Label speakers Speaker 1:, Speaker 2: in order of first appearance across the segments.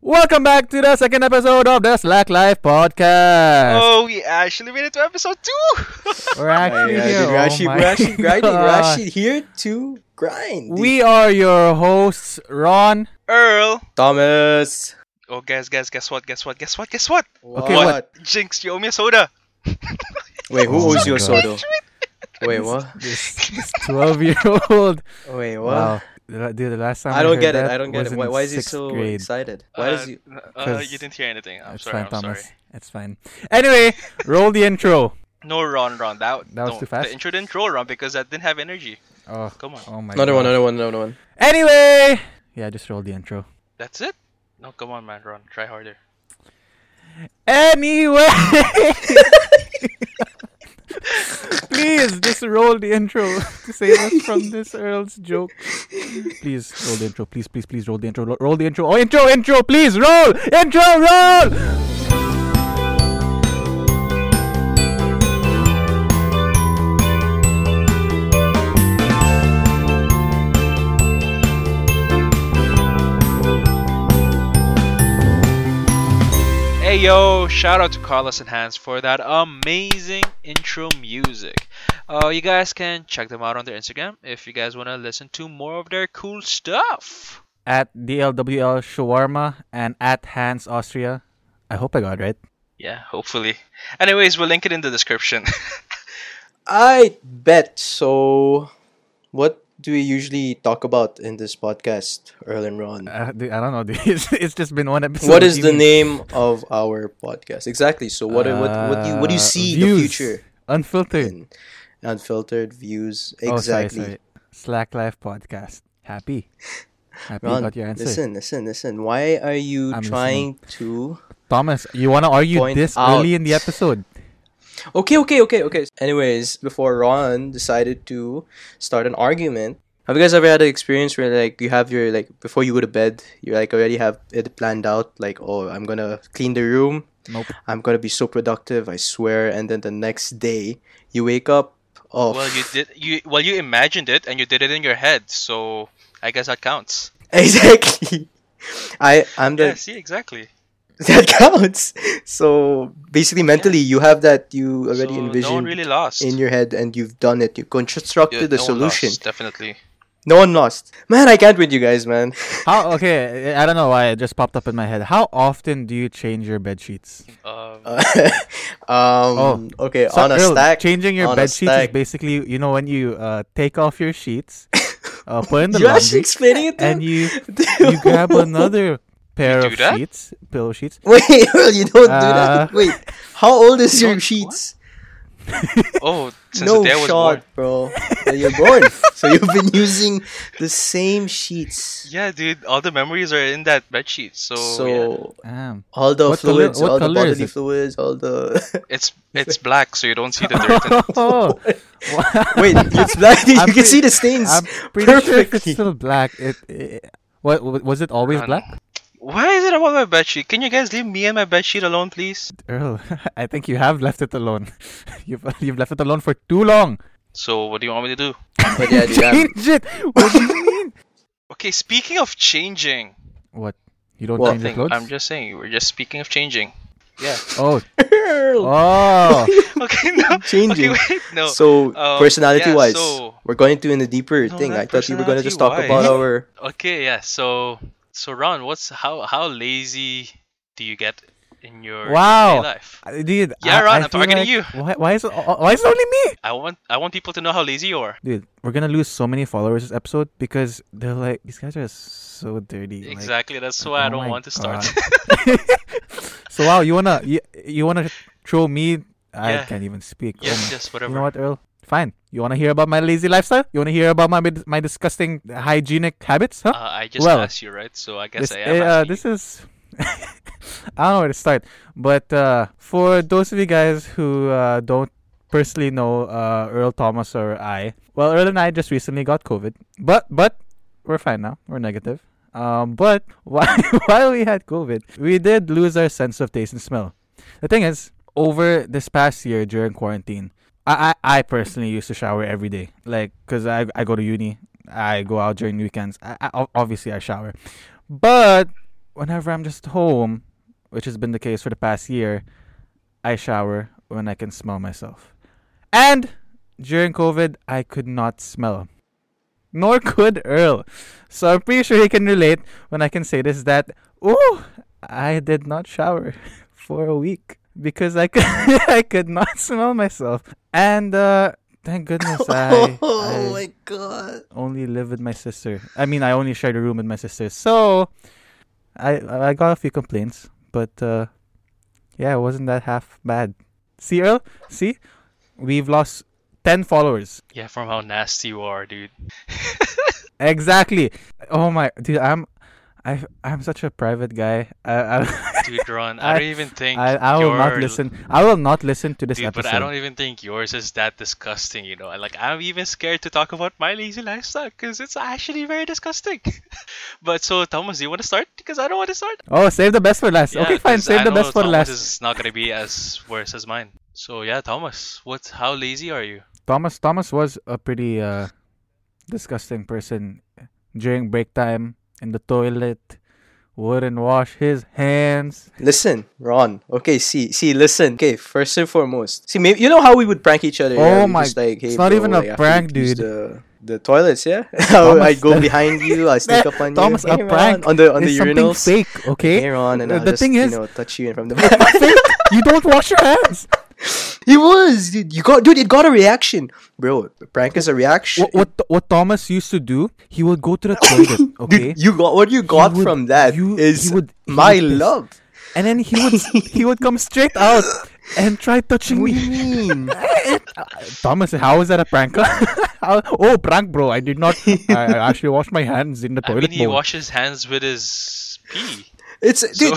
Speaker 1: Welcome back to the second episode of the Slack Life podcast.
Speaker 2: Oh, we actually made it to episode two.
Speaker 1: We're actually
Speaker 3: Yeah,
Speaker 1: here.
Speaker 3: dude, we're actually,
Speaker 1: oh
Speaker 3: we're
Speaker 1: my
Speaker 3: actually grinding. We're
Speaker 1: God.
Speaker 3: actually here to grind. dude.
Speaker 1: We are your hosts, Ron.
Speaker 2: Earl.
Speaker 3: Thomas.
Speaker 2: Oh, guys, guys, guess what? Guess what? Guess what? Guess what?
Speaker 1: Okay, what?
Speaker 2: Jinx, you owe me a soda.
Speaker 3: Wait, who
Speaker 1: Oh
Speaker 3: owes
Speaker 1: my
Speaker 3: you a
Speaker 1: God.
Speaker 3: soda? Wait, what?
Speaker 1: This this twelve-year-old.
Speaker 3: Wait, what?
Speaker 1: Wow, The- dude. The last time
Speaker 3: I don't
Speaker 1: heard
Speaker 3: get it.
Speaker 1: that
Speaker 3: I don't get
Speaker 1: was
Speaker 3: it.
Speaker 1: in
Speaker 3: Why, why is he
Speaker 1: sixth
Speaker 3: so
Speaker 1: grade.
Speaker 3: excited? Why
Speaker 2: uh,
Speaker 3: does he?
Speaker 2: Uh,
Speaker 1: 'Cause-
Speaker 2: you didn't hear anything. I'm
Speaker 1: That's
Speaker 2: sorry.
Speaker 1: fine,
Speaker 2: I'm
Speaker 1: Thomas.
Speaker 2: sorry.
Speaker 1: That's fine. Anyway, roll the intro.
Speaker 2: No, Ron, Ron. That,
Speaker 1: That was
Speaker 2: no,
Speaker 1: too fast?
Speaker 2: The intro didn't roll, Ron, because that didn't have energy.
Speaker 1: Oh,
Speaker 2: Come on.
Speaker 1: oh my.
Speaker 3: Another
Speaker 1: God.
Speaker 3: one. Another one. Another one.
Speaker 1: Anyway, yeah, just roll the intro.
Speaker 2: That's it? No, come on, man, Ron. Try harder.
Speaker 1: Anyway, please just roll the intro to save us from this Earl's joke. Please roll the intro. Please, please, please roll the intro. Ro- Roll the intro. Oh, intro, intro. Please roll intro. Roll.
Speaker 2: Hey yo, shout out to Carlos and Hans for that amazing intro music. Uh, you guys can check them out on their Instagram if you guys want to listen to more of their cool stuff.
Speaker 1: At DLWL Shawarma and at Hans Austria. I hope I got it right.
Speaker 2: Yeah, hopefully. Anyways, we'll link it in the description.
Speaker 3: I bet. So, what do we usually talk about in this podcast, Earl and Ron?
Speaker 1: Uh, dude, I don't know. Dude. It's, it's just been one episode.
Speaker 3: what
Speaker 1: of
Speaker 3: is the
Speaker 1: TV.
Speaker 3: name of our podcast exactly? So, what what what do you what do you
Speaker 1: Uh,
Speaker 3: see the
Speaker 1: views.
Speaker 3: future?
Speaker 1: Unfiltered.
Speaker 3: in unfiltered views
Speaker 1: Oh, sorry,
Speaker 3: exactly.
Speaker 1: sorry. Slack Life podcast. Happy. Happy you
Speaker 3: Ron,
Speaker 1: got your answer.
Speaker 3: listen, listen, listen. Why are you
Speaker 1: I'm
Speaker 3: trying to?
Speaker 1: Thomas, you want to argue
Speaker 3: Point
Speaker 1: this
Speaker 3: out.
Speaker 1: early in the episode?
Speaker 3: Okay, okay, okay, okay. Anyways, before Ron decided to start an argument, have you guys ever had an experience where like you have your like before you go to bed, you like already have it planned out, like oh I'm gonna clean the room,
Speaker 1: Nope.
Speaker 3: I'm gonna be so productive, I swear, and then the next day you wake up, oh
Speaker 2: well, you did you well you imagined it and you did it in your head, so I guess that counts.
Speaker 3: exactly. I I'm the
Speaker 2: Yeah, see, exactly.
Speaker 3: that counts. So basically, mentally, you have that you already
Speaker 2: so
Speaker 3: envisioned
Speaker 2: no one really lost.
Speaker 3: in your head, and you've done it. You
Speaker 2: Yeah,
Speaker 3: constructed the
Speaker 2: no one lost,
Speaker 3: solution.
Speaker 2: definitely.
Speaker 3: no one lost. Man, I can't with you guys, man.
Speaker 1: How? Okay, I I don't know why it just popped up in my head. How often do you change your bed sheets?
Speaker 2: Um,
Speaker 3: um, okay,
Speaker 1: So,
Speaker 3: on a
Speaker 1: Earl, Oh.
Speaker 3: stack.
Speaker 1: Changing your
Speaker 3: on a
Speaker 1: bed sheets is
Speaker 3: stack.
Speaker 1: basically, you know, when you uh, take off your sheets, uh, put in the
Speaker 3: You're
Speaker 1: laundry,
Speaker 3: actually explaining it. To
Speaker 1: and
Speaker 3: him?
Speaker 1: you you grab another pair
Speaker 2: do
Speaker 1: of
Speaker 2: that?
Speaker 1: sheets, pillow sheets.
Speaker 3: Wait, Earl, you don't
Speaker 1: Uh,
Speaker 3: do that. Wait, how old is
Speaker 2: You
Speaker 3: your
Speaker 2: don't-
Speaker 3: sheets?
Speaker 2: oh, since
Speaker 3: No
Speaker 2: the day I was born.
Speaker 3: shot, bro. Well, You're born, so you've been using the same sheets.
Speaker 2: Yeah, dude, all the memories are in that bed sheet. So,
Speaker 3: so
Speaker 2: yeah.
Speaker 1: Damn.
Speaker 3: all the
Speaker 1: What color-
Speaker 3: fluids,
Speaker 1: what
Speaker 3: all the
Speaker 1: color is
Speaker 3: bodily
Speaker 1: it?
Speaker 3: fluids, all the
Speaker 2: it's it's black, so you don't see the dirt. in it.
Speaker 1: Oh,
Speaker 3: Wait, it's black. you
Speaker 1: I'm
Speaker 3: can
Speaker 1: pretty-
Speaker 3: see the stains.
Speaker 1: I'm pretty sure if it's
Speaker 3: perfectly.
Speaker 1: still black, it. it what was it always
Speaker 2: Ron.
Speaker 1: black?
Speaker 2: Why is it about my bed sheet? Can you guys leave me and my bed sheet alone, please?
Speaker 1: Earl, I think you have left it alone. You've you've left it alone for too long.
Speaker 2: So, what do you want me to do?
Speaker 3: But yeah, dude, I'm-
Speaker 1: Change it. What do you mean?
Speaker 2: Okay, speaking of changing,
Speaker 1: What? You don't
Speaker 3: Well,
Speaker 1: change your
Speaker 2: thing,
Speaker 1: clothes?
Speaker 2: I'm just saying we're just speaking of changing. Yeah.
Speaker 1: Oh,
Speaker 3: Girl.
Speaker 1: oh.
Speaker 2: Okay. No.
Speaker 3: Changing.
Speaker 2: Okay, wait, no.
Speaker 3: So
Speaker 2: um,
Speaker 3: personality-wise,
Speaker 2: yeah, so-
Speaker 3: we're going to in a deeper
Speaker 2: No,
Speaker 3: thing.
Speaker 2: not
Speaker 3: I thought you were going to just talk about
Speaker 2: personality-wise.
Speaker 3: our.
Speaker 2: Okay, yeah. So, so Ron, what's how how lazy do you get in your
Speaker 1: Wow.
Speaker 2: day life?
Speaker 1: I- Dude,
Speaker 2: Yeah,
Speaker 1: I,
Speaker 2: Ron,
Speaker 1: I
Speaker 2: I'm
Speaker 1: feel
Speaker 2: targeting
Speaker 1: like-
Speaker 2: you.
Speaker 1: Why, why is it, why is it only me?
Speaker 2: I want I want people to know how lazy you are.
Speaker 1: Dude, we're gonna lose so many followers this episode because they're like, these guys are so dirty. like-
Speaker 2: exactly. That's why
Speaker 1: oh
Speaker 2: I don't
Speaker 1: my
Speaker 2: want to start.
Speaker 1: God. so wow, you wanna you, you wanna throw me? I
Speaker 2: Yeah.
Speaker 1: can't even speak. Oh my
Speaker 2: yes, yes, whatever.
Speaker 1: You know what, Earl? Fine. You want to hear about my lazy lifestyle? You want to hear about my my disgusting hygienic habits? Huh?
Speaker 2: Uh, I just
Speaker 1: Well,
Speaker 2: asked you, right? So I guess
Speaker 1: this,
Speaker 2: I am.
Speaker 1: uh,
Speaker 2: asking
Speaker 1: this is. I don't know where to start, but uh, for those of you guys who uh, don't personally know uh, Earl Thomas or I, well, Earl and I just recently got COVID, but but we're fine now. We're negative. Um, but while while we had COVID, we did lose our sense of taste and smell. The thing is, over this past year during quarantine, I, I, I personally used to shower every day. Like, because I, I go to uni, I go out during weekends. I, I, ob- obviously, I shower. But whenever I'm just home, which has been the case for the past year, I shower when I can smell myself. And during COVID, I could not smell. Nor could Earl. So I'm pretty sure he can relate when I can say this that, ooh, I did not shower for a week because I could, I could not smell myself. And uh, thank goodness I,
Speaker 3: oh
Speaker 1: I
Speaker 3: my god.
Speaker 1: only live with my sister. I mean, I only shared a room with my sister. So I I got a few complaints, but uh, yeah, it wasn't that half bad. See, Earl? See? We've lost 10 followers.
Speaker 2: Yeah, from how nasty you are, dude.
Speaker 1: Exactly. Oh my, dude, I'm. I, I'm such a private guy. I, I,
Speaker 2: Dude, Ron, I,
Speaker 1: I-
Speaker 2: don't even think
Speaker 1: I, I will not
Speaker 2: your-
Speaker 1: listen. I will not listen to this
Speaker 2: Dude,
Speaker 1: episode.
Speaker 2: but I don't even think yours is that disgusting, you know. Like I'm even scared to talk about my lazy lifestyle because it's actually very disgusting. but so Thomas, do you want to start? Because I don't want to start.
Speaker 1: oh, save the best for last.
Speaker 2: Yeah,
Speaker 1: okay, fine.
Speaker 2: 'cause
Speaker 1: Save
Speaker 2: I
Speaker 1: the
Speaker 2: know
Speaker 1: best for last.
Speaker 2: Thomas is not gonna be as worse as mine. So yeah, Thomas, what? How lazy are you?
Speaker 1: Thomas Thomas was a pretty uh, disgusting person during break time in the toilet, wouldn't wash his hands.
Speaker 3: Listen, Ron. Okay, see, see, listen. Okay, first and foremost, see, maybe you know how we would prank each other.
Speaker 1: Oh
Speaker 3: yeah? We
Speaker 1: my-
Speaker 3: just like, hey,
Speaker 1: it's not
Speaker 3: bro,
Speaker 1: even a
Speaker 3: like, after
Speaker 1: prank,
Speaker 3: you use
Speaker 1: dude.
Speaker 3: The, the toilets, yeah. I'll- I'd go behind you. I'll sneak up on
Speaker 1: Eh, Thomas,
Speaker 3: you. Hey,
Speaker 1: a prank
Speaker 3: Ron, on the on
Speaker 1: is
Speaker 3: the
Speaker 1: something
Speaker 3: urinals.
Speaker 1: fake, okay?
Speaker 3: Hey, Ron, and
Speaker 1: Uh,
Speaker 3: I'll
Speaker 1: the
Speaker 3: just,
Speaker 1: thing is,
Speaker 3: you know, touch you in from the back.
Speaker 1: fake. You don't wash your hands.
Speaker 3: he was, dude. You got, dude. It got a reaction, bro. the Prank is a reaction.
Speaker 1: What, what what Thomas used to do, he would go to the toilet, okay?
Speaker 3: Dude, you got what you got
Speaker 1: would-
Speaker 3: from that is
Speaker 1: you- he would- he
Speaker 3: my
Speaker 1: would piss.
Speaker 3: love.
Speaker 1: and then he would he would come straight out and try touching
Speaker 3: What do
Speaker 1: me. Uh,
Speaker 3: you mean?
Speaker 1: Thomas, how is that a prank? How- oh, prank, bro! I did not. I, I actually washed my hands in the
Speaker 2: I
Speaker 1: toilet
Speaker 2: mean, he
Speaker 1: bowl.
Speaker 2: washes hands with his pee.
Speaker 3: It's dude.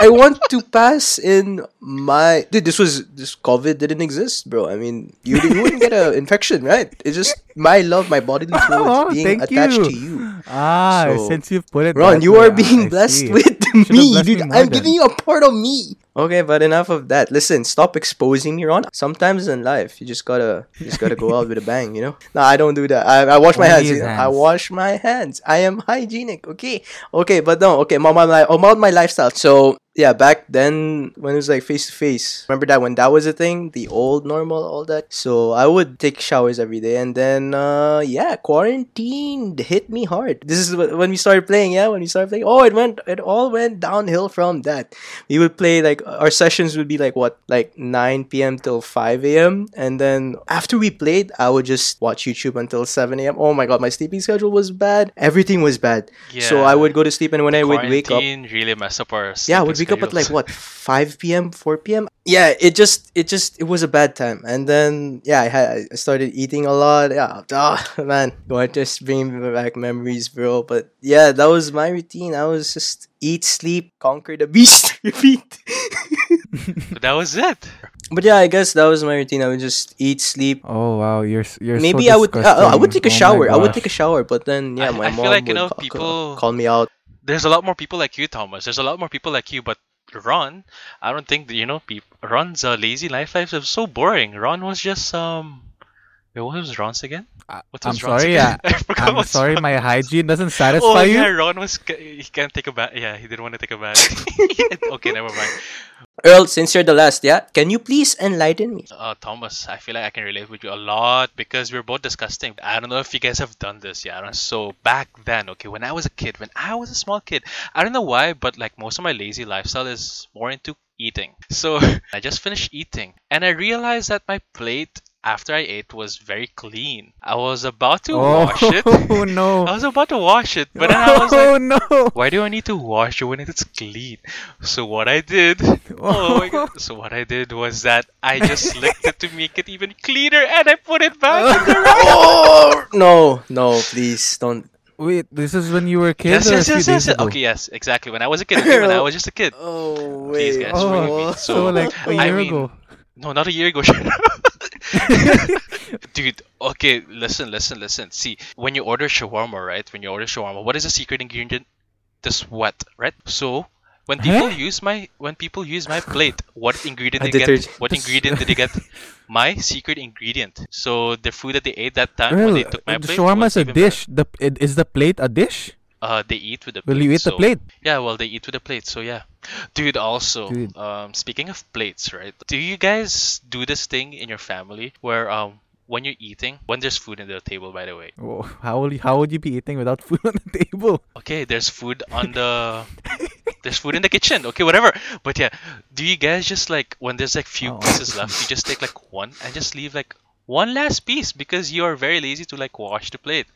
Speaker 3: I want to pass in my dude. This was this COVID didn't exist, bro. I mean, you, you wouldn't get an infection, right? It's just my love, my bodily fluids
Speaker 1: Oh,
Speaker 3: being
Speaker 1: thank
Speaker 3: attached
Speaker 1: you.
Speaker 3: to you.
Speaker 1: Ah,
Speaker 3: So,
Speaker 1: since you've put it,
Speaker 3: Ron,
Speaker 1: that
Speaker 3: you
Speaker 1: way,
Speaker 3: are
Speaker 1: ah,
Speaker 3: being
Speaker 1: I
Speaker 3: blessed
Speaker 1: see.
Speaker 3: with
Speaker 1: Should've
Speaker 3: me,
Speaker 1: blessed me
Speaker 3: dude.
Speaker 1: more
Speaker 3: I'm
Speaker 1: then.
Speaker 3: giving you a part of me. Okay, but enough of that. Listen, stop exposing me, Ron. Sometimes in life, you just gotta, you just gotta go out with a bang, you know. No, I don't do that. I, I wash my
Speaker 1: Only
Speaker 3: hands,
Speaker 1: his
Speaker 3: you know? I
Speaker 1: hands.
Speaker 3: wash my hands. I am hygienic. Okay, okay, but no, okay. About my, li- about my lifestyle. So yeah, back then when it was like face to face. Remember that when that was a thing, the old normal, all that. So I would take showers every day, and then uh yeah, quarantine hit me hard. This is wh- when we started playing. Yeah, when we started playing. Oh, it went, it all went downhill from that. We would play like our sessions would be like what, like 9 p.m. till 5 a.m. And then after we played, I would just watch YouTube until 7 a.m. Oh my god, my sleeping schedule was bad. Everything was bad. So I
Speaker 2: Yeah.
Speaker 3: would go to sleep, and when I would wake up.
Speaker 2: Quarantine really messed up our.
Speaker 3: Yeah, I
Speaker 2: sleeping
Speaker 3: would wake up at like
Speaker 2: schedules.
Speaker 3: what 5 p.m., 4 p.m. Yeah, it just it just it was a bad time, and then yeah, I had I started eating a lot. Yeah, ah man, God, just bringing me back memories, bro. But yeah, that was my routine. I was just eat, sleep, conquer the beast, repeat.
Speaker 2: But that was it.
Speaker 3: but yeah, I guess that was my routine. I would just eat, sleep.
Speaker 1: Oh wow, you're s- you're. so
Speaker 3: Maybe I would uh, I would take a
Speaker 1: disgusting. Oh my
Speaker 3: shower. I would
Speaker 1: gosh.
Speaker 3: take a shower, but then yeah,
Speaker 2: I-
Speaker 3: my
Speaker 2: I feel
Speaker 3: mom
Speaker 2: like, you
Speaker 3: would
Speaker 2: know,
Speaker 3: ca- ca-
Speaker 2: people-
Speaker 3: call me out.
Speaker 2: There's a lot more people like you, Thomas. There's a lot more people like you, but Ron, I don't think that, you know. Peop- Ron's uh, lazy life life is so boring. Ron was just um. wait, What was Ron's again?
Speaker 1: I-
Speaker 2: What
Speaker 1: I'm
Speaker 2: was Ron's
Speaker 1: sorry.
Speaker 2: again?
Speaker 1: Yeah,
Speaker 2: I forgot
Speaker 1: I'm
Speaker 2: what's
Speaker 1: sorry. My hygiene doesn't
Speaker 2: Oh
Speaker 1: satisfy
Speaker 2: yeah,
Speaker 1: you.
Speaker 2: Ron was ca- he can't take a bath. Yeah, he didn't want to take a bath. okay, never mind.
Speaker 3: Earl, since you're the last, yeah, can you please enlighten me?
Speaker 2: Uh, Thomas, I feel like I can relate with you a lot because we're both disgusting. I don't know if you guys have done this, yeah. I don't- So back then, okay, when I was a kid, when I was a small kid, I don't know why, but like most of my lazy lifestyle is more into eating. So I just finished eating, and I realized that my plate after I ate was very clean. I was about to wash it.
Speaker 1: Oh no.
Speaker 2: I was about to wash it, but then I was like,
Speaker 1: oh no!
Speaker 2: why do I need to wash it when it's clean? So what I did, oh my god! So what I did was that I just licked it to make it even cleaner, and I put it back. in the ra-
Speaker 3: Oh no, no, please don't.
Speaker 1: Wait, this is when you were a kid.
Speaker 2: yes,
Speaker 1: or a
Speaker 2: yes,
Speaker 1: few
Speaker 2: yes,
Speaker 1: days
Speaker 2: yes. yes.
Speaker 1: ago?
Speaker 2: Okay, yes, exactly. When I was a kid, okay, when I was just a kid.
Speaker 3: Oh
Speaker 2: Please,
Speaker 3: wait.
Speaker 2: guys, forgive me.
Speaker 1: Oh,
Speaker 2: So,
Speaker 1: so like a
Speaker 2: I
Speaker 1: year
Speaker 2: mean-
Speaker 1: ago.
Speaker 2: No, not a year ago. shut up. Dude, okay, listen, listen, listen. See, when you order shawarma, right? When you order shawarma, what is the secret ingredient? The sweat, right? So when people
Speaker 1: Huh?
Speaker 2: use my when people use my plate, what ingredient
Speaker 3: A
Speaker 2: did they get?
Speaker 3: detergent.
Speaker 2: What
Speaker 1: The s-
Speaker 2: ingredient did they get? My secret ingredient. So the food that they ate that time when
Speaker 1: Well,
Speaker 2: they took my
Speaker 1: the
Speaker 2: plate.
Speaker 1: shawarma
Speaker 2: was
Speaker 1: is a
Speaker 2: even better.
Speaker 1: dish. The it, is the plate a dish?
Speaker 2: Uh, they eat with the
Speaker 1: Will
Speaker 2: plate.
Speaker 1: you eat
Speaker 2: so,
Speaker 1: the plate?
Speaker 2: Yeah, well, they eat with the plate. So yeah, dude. Also,
Speaker 1: Dude.
Speaker 2: um, speaking of plates, right? Do you guys do this thing in your family where um, when you're eating, when there's food on the table, by the way,
Speaker 1: Whoa, Oh, how will you, how would you be eating without food on the table?
Speaker 2: okay, there's food on the, there's food in the kitchen. Okay, whatever. But yeah, do you guys just like when there's like
Speaker 1: Oh.
Speaker 2: few pieces left, you just take like one and just leave like one last piece because you are very lazy to like wash the plate.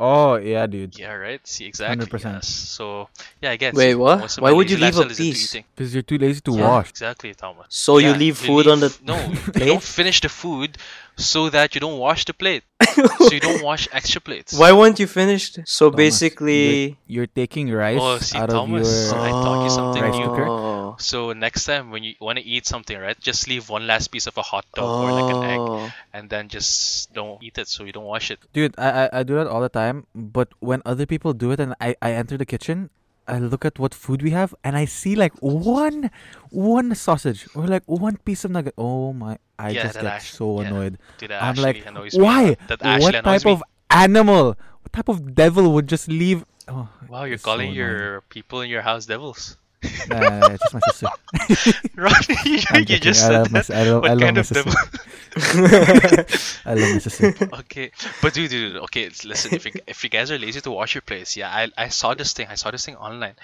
Speaker 1: Oh yeah, dude.
Speaker 2: Yeah, right. See, exactly.
Speaker 1: 100%.
Speaker 2: Yes. So, yeah, I guess.
Speaker 3: Wait, what?
Speaker 2: most of
Speaker 3: Why
Speaker 2: my
Speaker 3: would you
Speaker 2: lazy
Speaker 3: leave a
Speaker 2: lifestyle is into
Speaker 3: piece?
Speaker 2: eating.
Speaker 1: Because you're too lazy to
Speaker 2: Yeah,
Speaker 1: wash.
Speaker 2: Exactly, Thomas.
Speaker 3: So you
Speaker 2: Yeah,
Speaker 3: leave food on the
Speaker 2: leave- no. you
Speaker 3: plate?
Speaker 2: don't finish the food so that you don't wash the plate. so you don't wash extra plates.
Speaker 3: Why weren't you finished? So
Speaker 1: Thomas,
Speaker 3: basically,
Speaker 1: you're, you're taking rice
Speaker 2: Oh, see,
Speaker 1: out
Speaker 2: Thomas,
Speaker 1: of your.
Speaker 2: I taught you something
Speaker 1: Rice
Speaker 2: new.
Speaker 1: cooker?
Speaker 3: Oh.
Speaker 2: So next time when you want to eat something, right, just leave one last piece of a hot dog or like an egg,
Speaker 3: Oh.
Speaker 2: and then just don't eat it so you don't wash it.
Speaker 1: Dude, I, I I do that all the time. But when other people do it, and I I enter the kitchen, I look at what food we have, and I see like one one sausage or like one piece of nugget. Oh my! I
Speaker 2: Yeah,
Speaker 1: just
Speaker 2: that
Speaker 1: get
Speaker 2: actually-
Speaker 1: so
Speaker 2: yeah.
Speaker 1: annoyed.
Speaker 2: Dude, that
Speaker 1: I'm
Speaker 2: actually
Speaker 1: like,
Speaker 2: annoys me.
Speaker 1: why?
Speaker 2: That actually
Speaker 1: What
Speaker 2: annoys
Speaker 1: type
Speaker 2: me.
Speaker 1: of animal? What type of devil would just leave? Oh,
Speaker 2: Wow, you're
Speaker 1: it's so
Speaker 2: calling
Speaker 1: annoying.
Speaker 2: your people in your house devils.
Speaker 1: Nah, nah, nah, it's just my sister.
Speaker 2: Ronnie, you,
Speaker 1: I'm
Speaker 2: you
Speaker 1: joking.
Speaker 2: just
Speaker 1: I
Speaker 2: said
Speaker 1: love my,
Speaker 2: that.
Speaker 1: si- I love,
Speaker 2: What
Speaker 1: I love
Speaker 2: kind
Speaker 1: my
Speaker 2: of
Speaker 1: sister.
Speaker 2: devil?
Speaker 1: I love my sister.
Speaker 2: okay, but dude, dude, dude, okay, it's- listen. If you, if you guys are lazy to wash your plates, yeah, I, I saw this thing. I saw this thing online,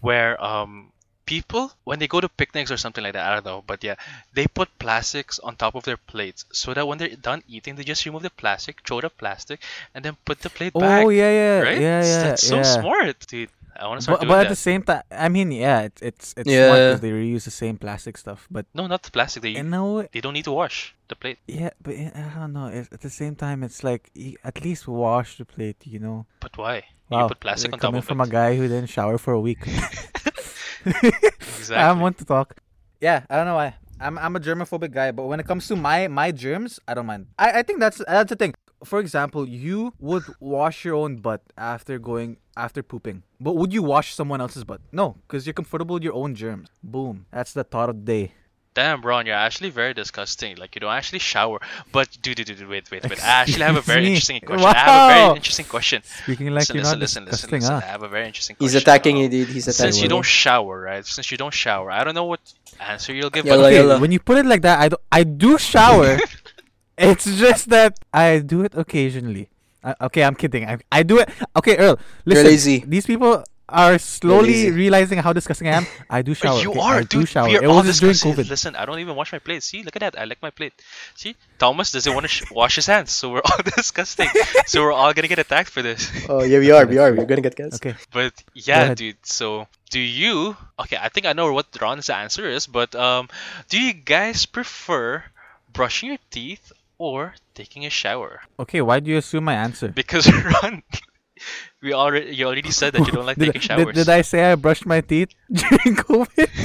Speaker 2: where um people when they go to picnics or something like that, I don't know, but yeah, they put plastics on top of their plates so that when they're done eating, they just remove the plastic, throw the plastic, and then put the plate back.
Speaker 1: Oh yeah, yeah,
Speaker 2: right?
Speaker 1: yeah, yeah.
Speaker 2: That's so
Speaker 1: yeah.
Speaker 2: smart, dude. I want to start
Speaker 1: but,
Speaker 2: doing
Speaker 1: but at
Speaker 2: that.
Speaker 1: the same time, I mean, yeah, it's it's it's
Speaker 3: Yeah.
Speaker 1: smart 'cause they reuse the same plastic stuff. But
Speaker 2: No, not the plastic. They
Speaker 1: you know,
Speaker 2: they don't need to wash the plate.
Speaker 1: yeah, but I I don't know. It's, at the same time, it's like you at least wash the plate, you know.
Speaker 2: But why?
Speaker 1: Wow,
Speaker 2: you put plastic
Speaker 1: uh,
Speaker 2: on top
Speaker 1: coming
Speaker 2: of
Speaker 1: from
Speaker 2: it.
Speaker 1: a guy who didn't shower for a week.
Speaker 2: Exactly.
Speaker 1: I don't want to talk. Yeah, I don't know why. I'm I'm a germophobic guy, but when it comes to my my germs, I don't mind. I, I think that's that's the thing. For example, you would wash your own butt after going after pooping, but would you wash someone else's butt? No, because you're comfortable with your own germs. Boom. That's the thought of the day.
Speaker 2: Damn, Ron, you're actually very disgusting. Like you don't actually shower. But dude, dude, dude, wait, wait, wait. I actually ah, have a very
Speaker 1: Excuse me.
Speaker 2: interesting question. I have a
Speaker 1: Wow.
Speaker 2: very interesting question.
Speaker 1: Speaking like
Speaker 2: listen,
Speaker 1: you're
Speaker 2: listen,
Speaker 1: not
Speaker 2: listen, listen,
Speaker 1: disgusting,
Speaker 2: listen. I
Speaker 1: huh?
Speaker 2: have a very interesting question.
Speaker 3: He's attacking
Speaker 2: Um,
Speaker 3: you, dude. He's attacking
Speaker 2: Since you
Speaker 1: Tyler.
Speaker 2: don't shower, right? Since you don't shower, I don't know what answer you'll give.
Speaker 3: Yeah,
Speaker 2: but
Speaker 3: like-
Speaker 1: okay,
Speaker 3: yalla.
Speaker 1: when you put it like that, I do, I do shower. it's just that I do it occasionally. I, okay, I'm kidding. I, I do it. Okay, Earl, listen.
Speaker 3: lazy.
Speaker 1: These people are slowly
Speaker 3: lazy.
Speaker 1: realizing how disgusting I am. I do shower.
Speaker 2: you
Speaker 1: okay?
Speaker 2: are,
Speaker 1: I
Speaker 2: dude.
Speaker 1: do shower.
Speaker 2: We are
Speaker 1: It
Speaker 2: all
Speaker 1: was just during
Speaker 2: discussing-
Speaker 1: COVID.
Speaker 2: Listen, I don't even wash my plate. See, look at that. I like my plate. See, Thomas doesn't want to sh- wash his hands, so we're all disgusting. so we're all gonna get attacked for this.
Speaker 3: Oh yeah, we are, we are. We're gonna get cast.
Speaker 1: Okay.
Speaker 2: But yeah,
Speaker 1: ahead.
Speaker 2: dude. So, do you? Okay, I think I know what Ron's answer is. But um, do you guys prefer brushing your teeth or taking a shower?
Speaker 1: Okay, why do you assume my answer?
Speaker 2: Because Ron, we already you already said that you don't like
Speaker 1: Did,
Speaker 2: taking
Speaker 1: did-
Speaker 2: showers.
Speaker 1: did I say I brushed my teeth during COVID?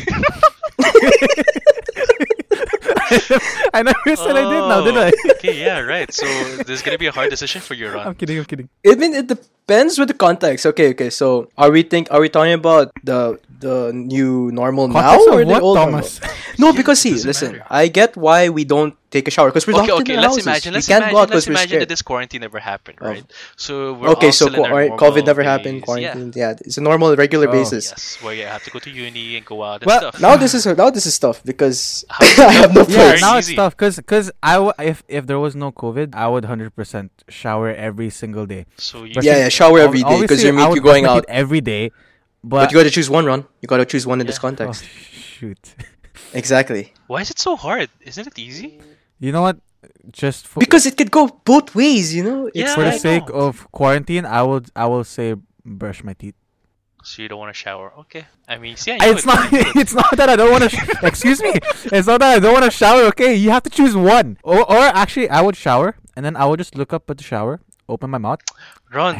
Speaker 1: I never said I did now, did I?
Speaker 2: Oh, okay, yeah, right. So there's gonna be a hard decision for you,
Speaker 1: I'm
Speaker 2: Ron.
Speaker 1: kidding, I'm kidding.
Speaker 3: I mean, it depends with the context. Okay, okay. So are we think are we talking about the the new normal
Speaker 1: Context
Speaker 3: now
Speaker 1: of
Speaker 3: or the
Speaker 1: what,
Speaker 3: old
Speaker 1: Thomas?
Speaker 3: normal? No, because see,
Speaker 2: doesn't
Speaker 3: listen,
Speaker 2: matter.
Speaker 3: I get why we don't take a shower because we're
Speaker 2: Okay,
Speaker 3: locked
Speaker 2: okay.
Speaker 3: in our
Speaker 2: Let's
Speaker 3: houses.
Speaker 2: imagine. Let's
Speaker 3: we can't
Speaker 2: imagine.
Speaker 3: go out
Speaker 2: let's
Speaker 3: because we're
Speaker 2: imagine that
Speaker 3: scared.
Speaker 2: this quarantine never happened,
Speaker 3: Oh.
Speaker 2: right? So we're
Speaker 3: Okay,
Speaker 2: all
Speaker 3: so
Speaker 2: still in our
Speaker 3: co- COVID never
Speaker 2: normal
Speaker 3: happened.
Speaker 2: days. Yeah.
Speaker 3: Quarantine, yeah. it's a normal, regular
Speaker 1: Oh.
Speaker 3: basis.
Speaker 2: Yes, where you have to go to uni and go out and
Speaker 1: Well,
Speaker 2: stuff.
Speaker 3: Now this is now this is tough because
Speaker 2: How is it
Speaker 3: I have no
Speaker 2: tough?
Speaker 1: yeah,
Speaker 2: Very
Speaker 3: place.
Speaker 1: now it's
Speaker 2: easy.
Speaker 1: tough because cause I w- if if there was no COVID, I would hundred percent shower every single day.
Speaker 2: So you,
Speaker 1: But
Speaker 3: Yeah,
Speaker 1: since-
Speaker 3: yeah, shower every
Speaker 1: ob-
Speaker 3: day because
Speaker 1: obviously,
Speaker 3: you
Speaker 1: I
Speaker 3: mean
Speaker 1: would
Speaker 3: you're going
Speaker 1: brush my
Speaker 3: out,
Speaker 1: teeth every day, but,
Speaker 3: but you got to choose one run. You got to choose one in this
Speaker 2: Yeah.
Speaker 1: oh,
Speaker 3: context.
Speaker 1: shoot. Oh.
Speaker 3: Exactly,
Speaker 2: why is it so hard? Isn't it easy?
Speaker 1: You know what? Just for
Speaker 3: because it could go both ways. You know, it's
Speaker 2: Yeah,
Speaker 1: for the
Speaker 2: I
Speaker 1: sake
Speaker 2: know.
Speaker 1: of quarantine, I will I will say brush my teeth.
Speaker 2: So you don't want to shower? Okay. I mean, see, I knew
Speaker 1: It's
Speaker 2: it.
Speaker 1: not it's not that I don't want to. Sh- excuse me. It's not that I don't want to shower. Okay, you have to choose one. Or or actually, I would shower and then I would just look up at the shower, open my mouth.
Speaker 2: Ron,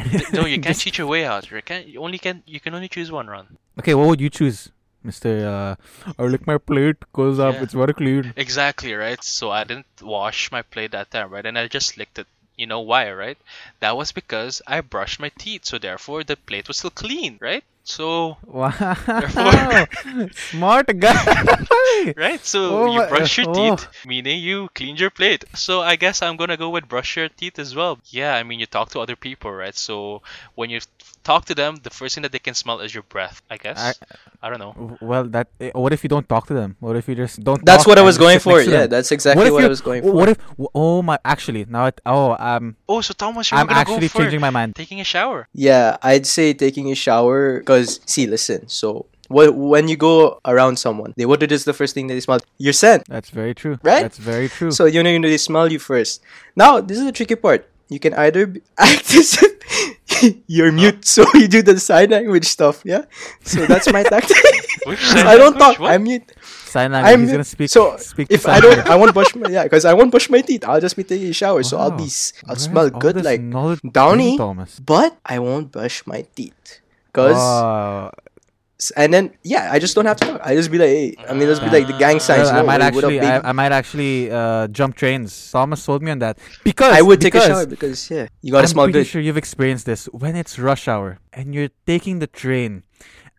Speaker 2: th- no, you can't cheat your way out. You can you only can you can only choose one Ron.
Speaker 1: Okay, what would you choose, Mister? Uh, I lick my plate because uh,
Speaker 2: Yeah.
Speaker 1: it's very clean.
Speaker 2: Exactly right. So I didn't wash my plate that time, right? And I just licked it. You know why, right? That was because I brushed my teeth, so therefore the plate was still clean, right? So
Speaker 1: Wow. Smart guy.
Speaker 2: right, so
Speaker 1: Oh
Speaker 2: you
Speaker 1: my-
Speaker 2: brush your
Speaker 1: oh.
Speaker 2: teeth, meaning you cleaned your plate. So I guess I'm gonna go with brush your teeth as well. Yeah, I mean you talk to other people, right? So when you talk to them, the first thing that they can smell is your breath. I guess. I,
Speaker 1: I-
Speaker 2: don't know.
Speaker 1: well, that. eh, What if you don't talk to them? What if you just don't?
Speaker 3: That's
Speaker 1: talk
Speaker 3: what I
Speaker 1: and
Speaker 3: was
Speaker 1: just
Speaker 3: going
Speaker 1: sit
Speaker 3: for.
Speaker 1: next to
Speaker 3: Yeah,
Speaker 1: them?
Speaker 3: that's exactly
Speaker 1: if
Speaker 3: what I
Speaker 1: you-
Speaker 3: was going
Speaker 1: wh-
Speaker 3: for.
Speaker 1: What if? wh- Oh my! Actually, now it. Oh, um,
Speaker 2: Oh, so Thomas, you're
Speaker 1: I'm
Speaker 2: gonna
Speaker 1: actually
Speaker 2: go for
Speaker 1: changing my mind.
Speaker 2: taking a shower.
Speaker 3: Yeah, I'd say taking a shower because see, listen. So wh- when you go around someone, they what it is the first thing that they smell? Your scent,
Speaker 1: That's very true.
Speaker 3: Right?
Speaker 1: That's very true.
Speaker 3: So you know, you know they smell you first. Now this is the tricky part. You can either be- act as if you're mute, so you do the sign language stuff. Yeah, so that's my tactic.
Speaker 2: Which sign
Speaker 3: I don't
Speaker 2: language?
Speaker 3: talk.
Speaker 2: What?
Speaker 3: I'm mute.
Speaker 1: sign language.
Speaker 3: I'm
Speaker 1: he's gonna
Speaker 3: mute.
Speaker 1: speak.
Speaker 3: So
Speaker 1: speak
Speaker 3: if
Speaker 1: sign
Speaker 3: I don't,
Speaker 1: language.
Speaker 3: I won't brush my yeah, because I won't brush my teeth. I'll just be taking a shower, so I'll be
Speaker 1: Wow.
Speaker 3: s- I'll
Speaker 1: Where
Speaker 3: smell
Speaker 1: is all
Speaker 3: good
Speaker 1: this
Speaker 3: like
Speaker 1: knowledge in
Speaker 3: Downy.
Speaker 1: Thomas.
Speaker 3: but I won't brush my teeth. Cause
Speaker 1: Oh,
Speaker 3: and then yeah, I just don't have to talk. I just be like, hey, I mean, just be like the gang signs.
Speaker 1: Ah. well, I
Speaker 3: "Yo,
Speaker 1: might
Speaker 3: what up,
Speaker 1: actually,
Speaker 3: baby?"
Speaker 1: I, I might actually uh, jump trains. Thomas sold me on that because
Speaker 3: I would take a
Speaker 1: because
Speaker 3: shower because yeah, you gotta
Speaker 1: I'm
Speaker 3: smell
Speaker 1: pretty
Speaker 3: good.
Speaker 1: sure you've experienced this when it's rush hour and you're taking the train,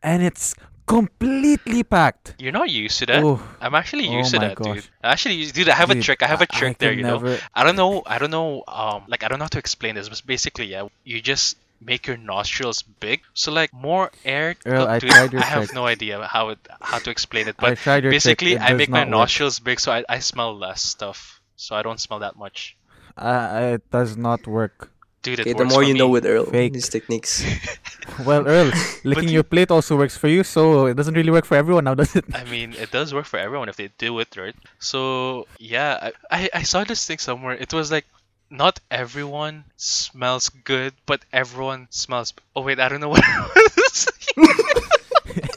Speaker 1: and it's completely packed.
Speaker 2: You're not used to that.
Speaker 1: Oh.
Speaker 2: I'm actually
Speaker 1: Oh
Speaker 2: used to
Speaker 1: my
Speaker 2: that, dude.
Speaker 1: gosh.
Speaker 2: I actually, used- dude, I have a
Speaker 1: Dude,
Speaker 2: trick. I have a
Speaker 1: I- I
Speaker 2: trick there,
Speaker 1: can
Speaker 2: you know.
Speaker 1: never-
Speaker 2: I don't know. I don't know. Um, like I don't know how to explain this, but basically, yeah, you just make your nostrils big, so like more air.
Speaker 1: Earl,
Speaker 2: to-
Speaker 1: I
Speaker 2: to-
Speaker 1: tried your
Speaker 2: I have
Speaker 1: trick.
Speaker 2: no idea how it how to explain it,
Speaker 1: I
Speaker 2: but
Speaker 1: tried your trick.
Speaker 2: basically,
Speaker 1: It
Speaker 2: I
Speaker 1: does
Speaker 2: make my
Speaker 1: not work.
Speaker 2: nostrils big, so I, I smell less stuff, so I don't smell that much.
Speaker 1: Uh, it does not work.
Speaker 2: Dude, it
Speaker 3: Okay,
Speaker 2: works
Speaker 3: the
Speaker 2: for
Speaker 3: more you
Speaker 2: me.
Speaker 3: know with Earl,
Speaker 1: Fake.
Speaker 3: his techniques.
Speaker 1: Well, Earl, licking
Speaker 2: you-
Speaker 1: your plate also works for you, so it doesn't really work for everyone now, does it?
Speaker 2: I mean, it does work for everyone if they do it right. So yeah, I, I I saw this thing somewhere. It was like not everyone smells good, but everyone smells. Oh wait, I don't know what. I was saying.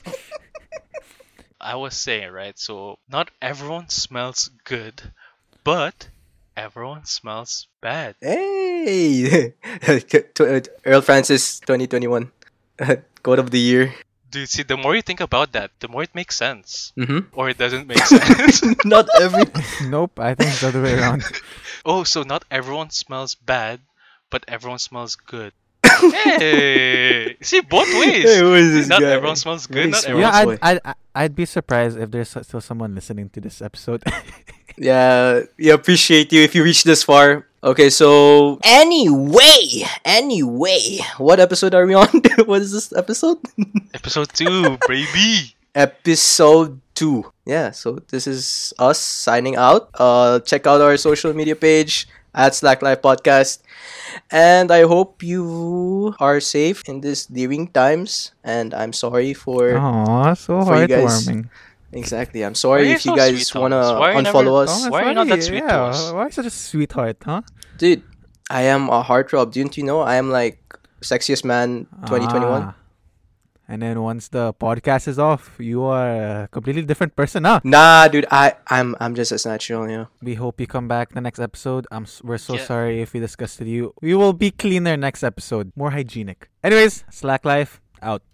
Speaker 2: I was saying right. So not everyone smells good, but everyone smells bad.
Speaker 3: hey, To- Earl Francis, 2021, quote of the year.
Speaker 2: Dude, see, the more you think about that, the more it makes sense,
Speaker 3: hmm
Speaker 1: Mm-hmm.
Speaker 2: or it doesn't make sense.
Speaker 3: Not every.
Speaker 1: Nope, I think it's the other way around.
Speaker 2: Oh, so not everyone smells bad, but everyone smells good. hey, see both ways.
Speaker 3: Hey, who is this
Speaker 2: not
Speaker 3: guy?
Speaker 2: everyone smells
Speaker 3: What
Speaker 2: good. Not
Speaker 3: is he?
Speaker 2: everyone.
Speaker 1: yeah,
Speaker 3: Everyone's
Speaker 1: I'd,
Speaker 3: way.
Speaker 1: I'd, I'd- I'd be surprised if there's still someone listening to this episode.
Speaker 3: Yeah, we appreciate you if you reach this far. Okay, so anyway, anyway, what episode are we on? what is this episode?
Speaker 2: Episode two, baby.
Speaker 3: episode two. Yeah, so this is us signing out. Uh, check out our social media page at Slack Life Podcast, and I hope you are safe in these dealing times. And I'm sorry for
Speaker 1: Uh-huh. Aww, so
Speaker 3: For you guys,
Speaker 1: heartwarming.
Speaker 3: exactly. I'm
Speaker 2: Why
Speaker 3: sorry
Speaker 2: are you
Speaker 3: if you
Speaker 2: so
Speaker 3: guys
Speaker 2: sweet,
Speaker 3: wanna
Speaker 2: Thomas? Why are you never-
Speaker 3: unfollow us,
Speaker 1: Thomas,
Speaker 2: why are you not
Speaker 1: do
Speaker 2: that sweet to
Speaker 1: Oh, yeah,
Speaker 2: us?
Speaker 1: Why such a sweetheart, huh?
Speaker 3: dude. I am a heartthrob. Didn't you know I am like sexiest man 2021?
Speaker 1: Ah. And then once the podcast is off, you are a completely different person, huh?
Speaker 3: Nah, dude. I I'm I'm just as natural, you know.
Speaker 1: We hope you come back the next episode. I'm s- we're so
Speaker 2: Yeah.
Speaker 1: sorry if we disgusted you. We will be cleaner next episode, more hygienic. Anyways, Slack Life out.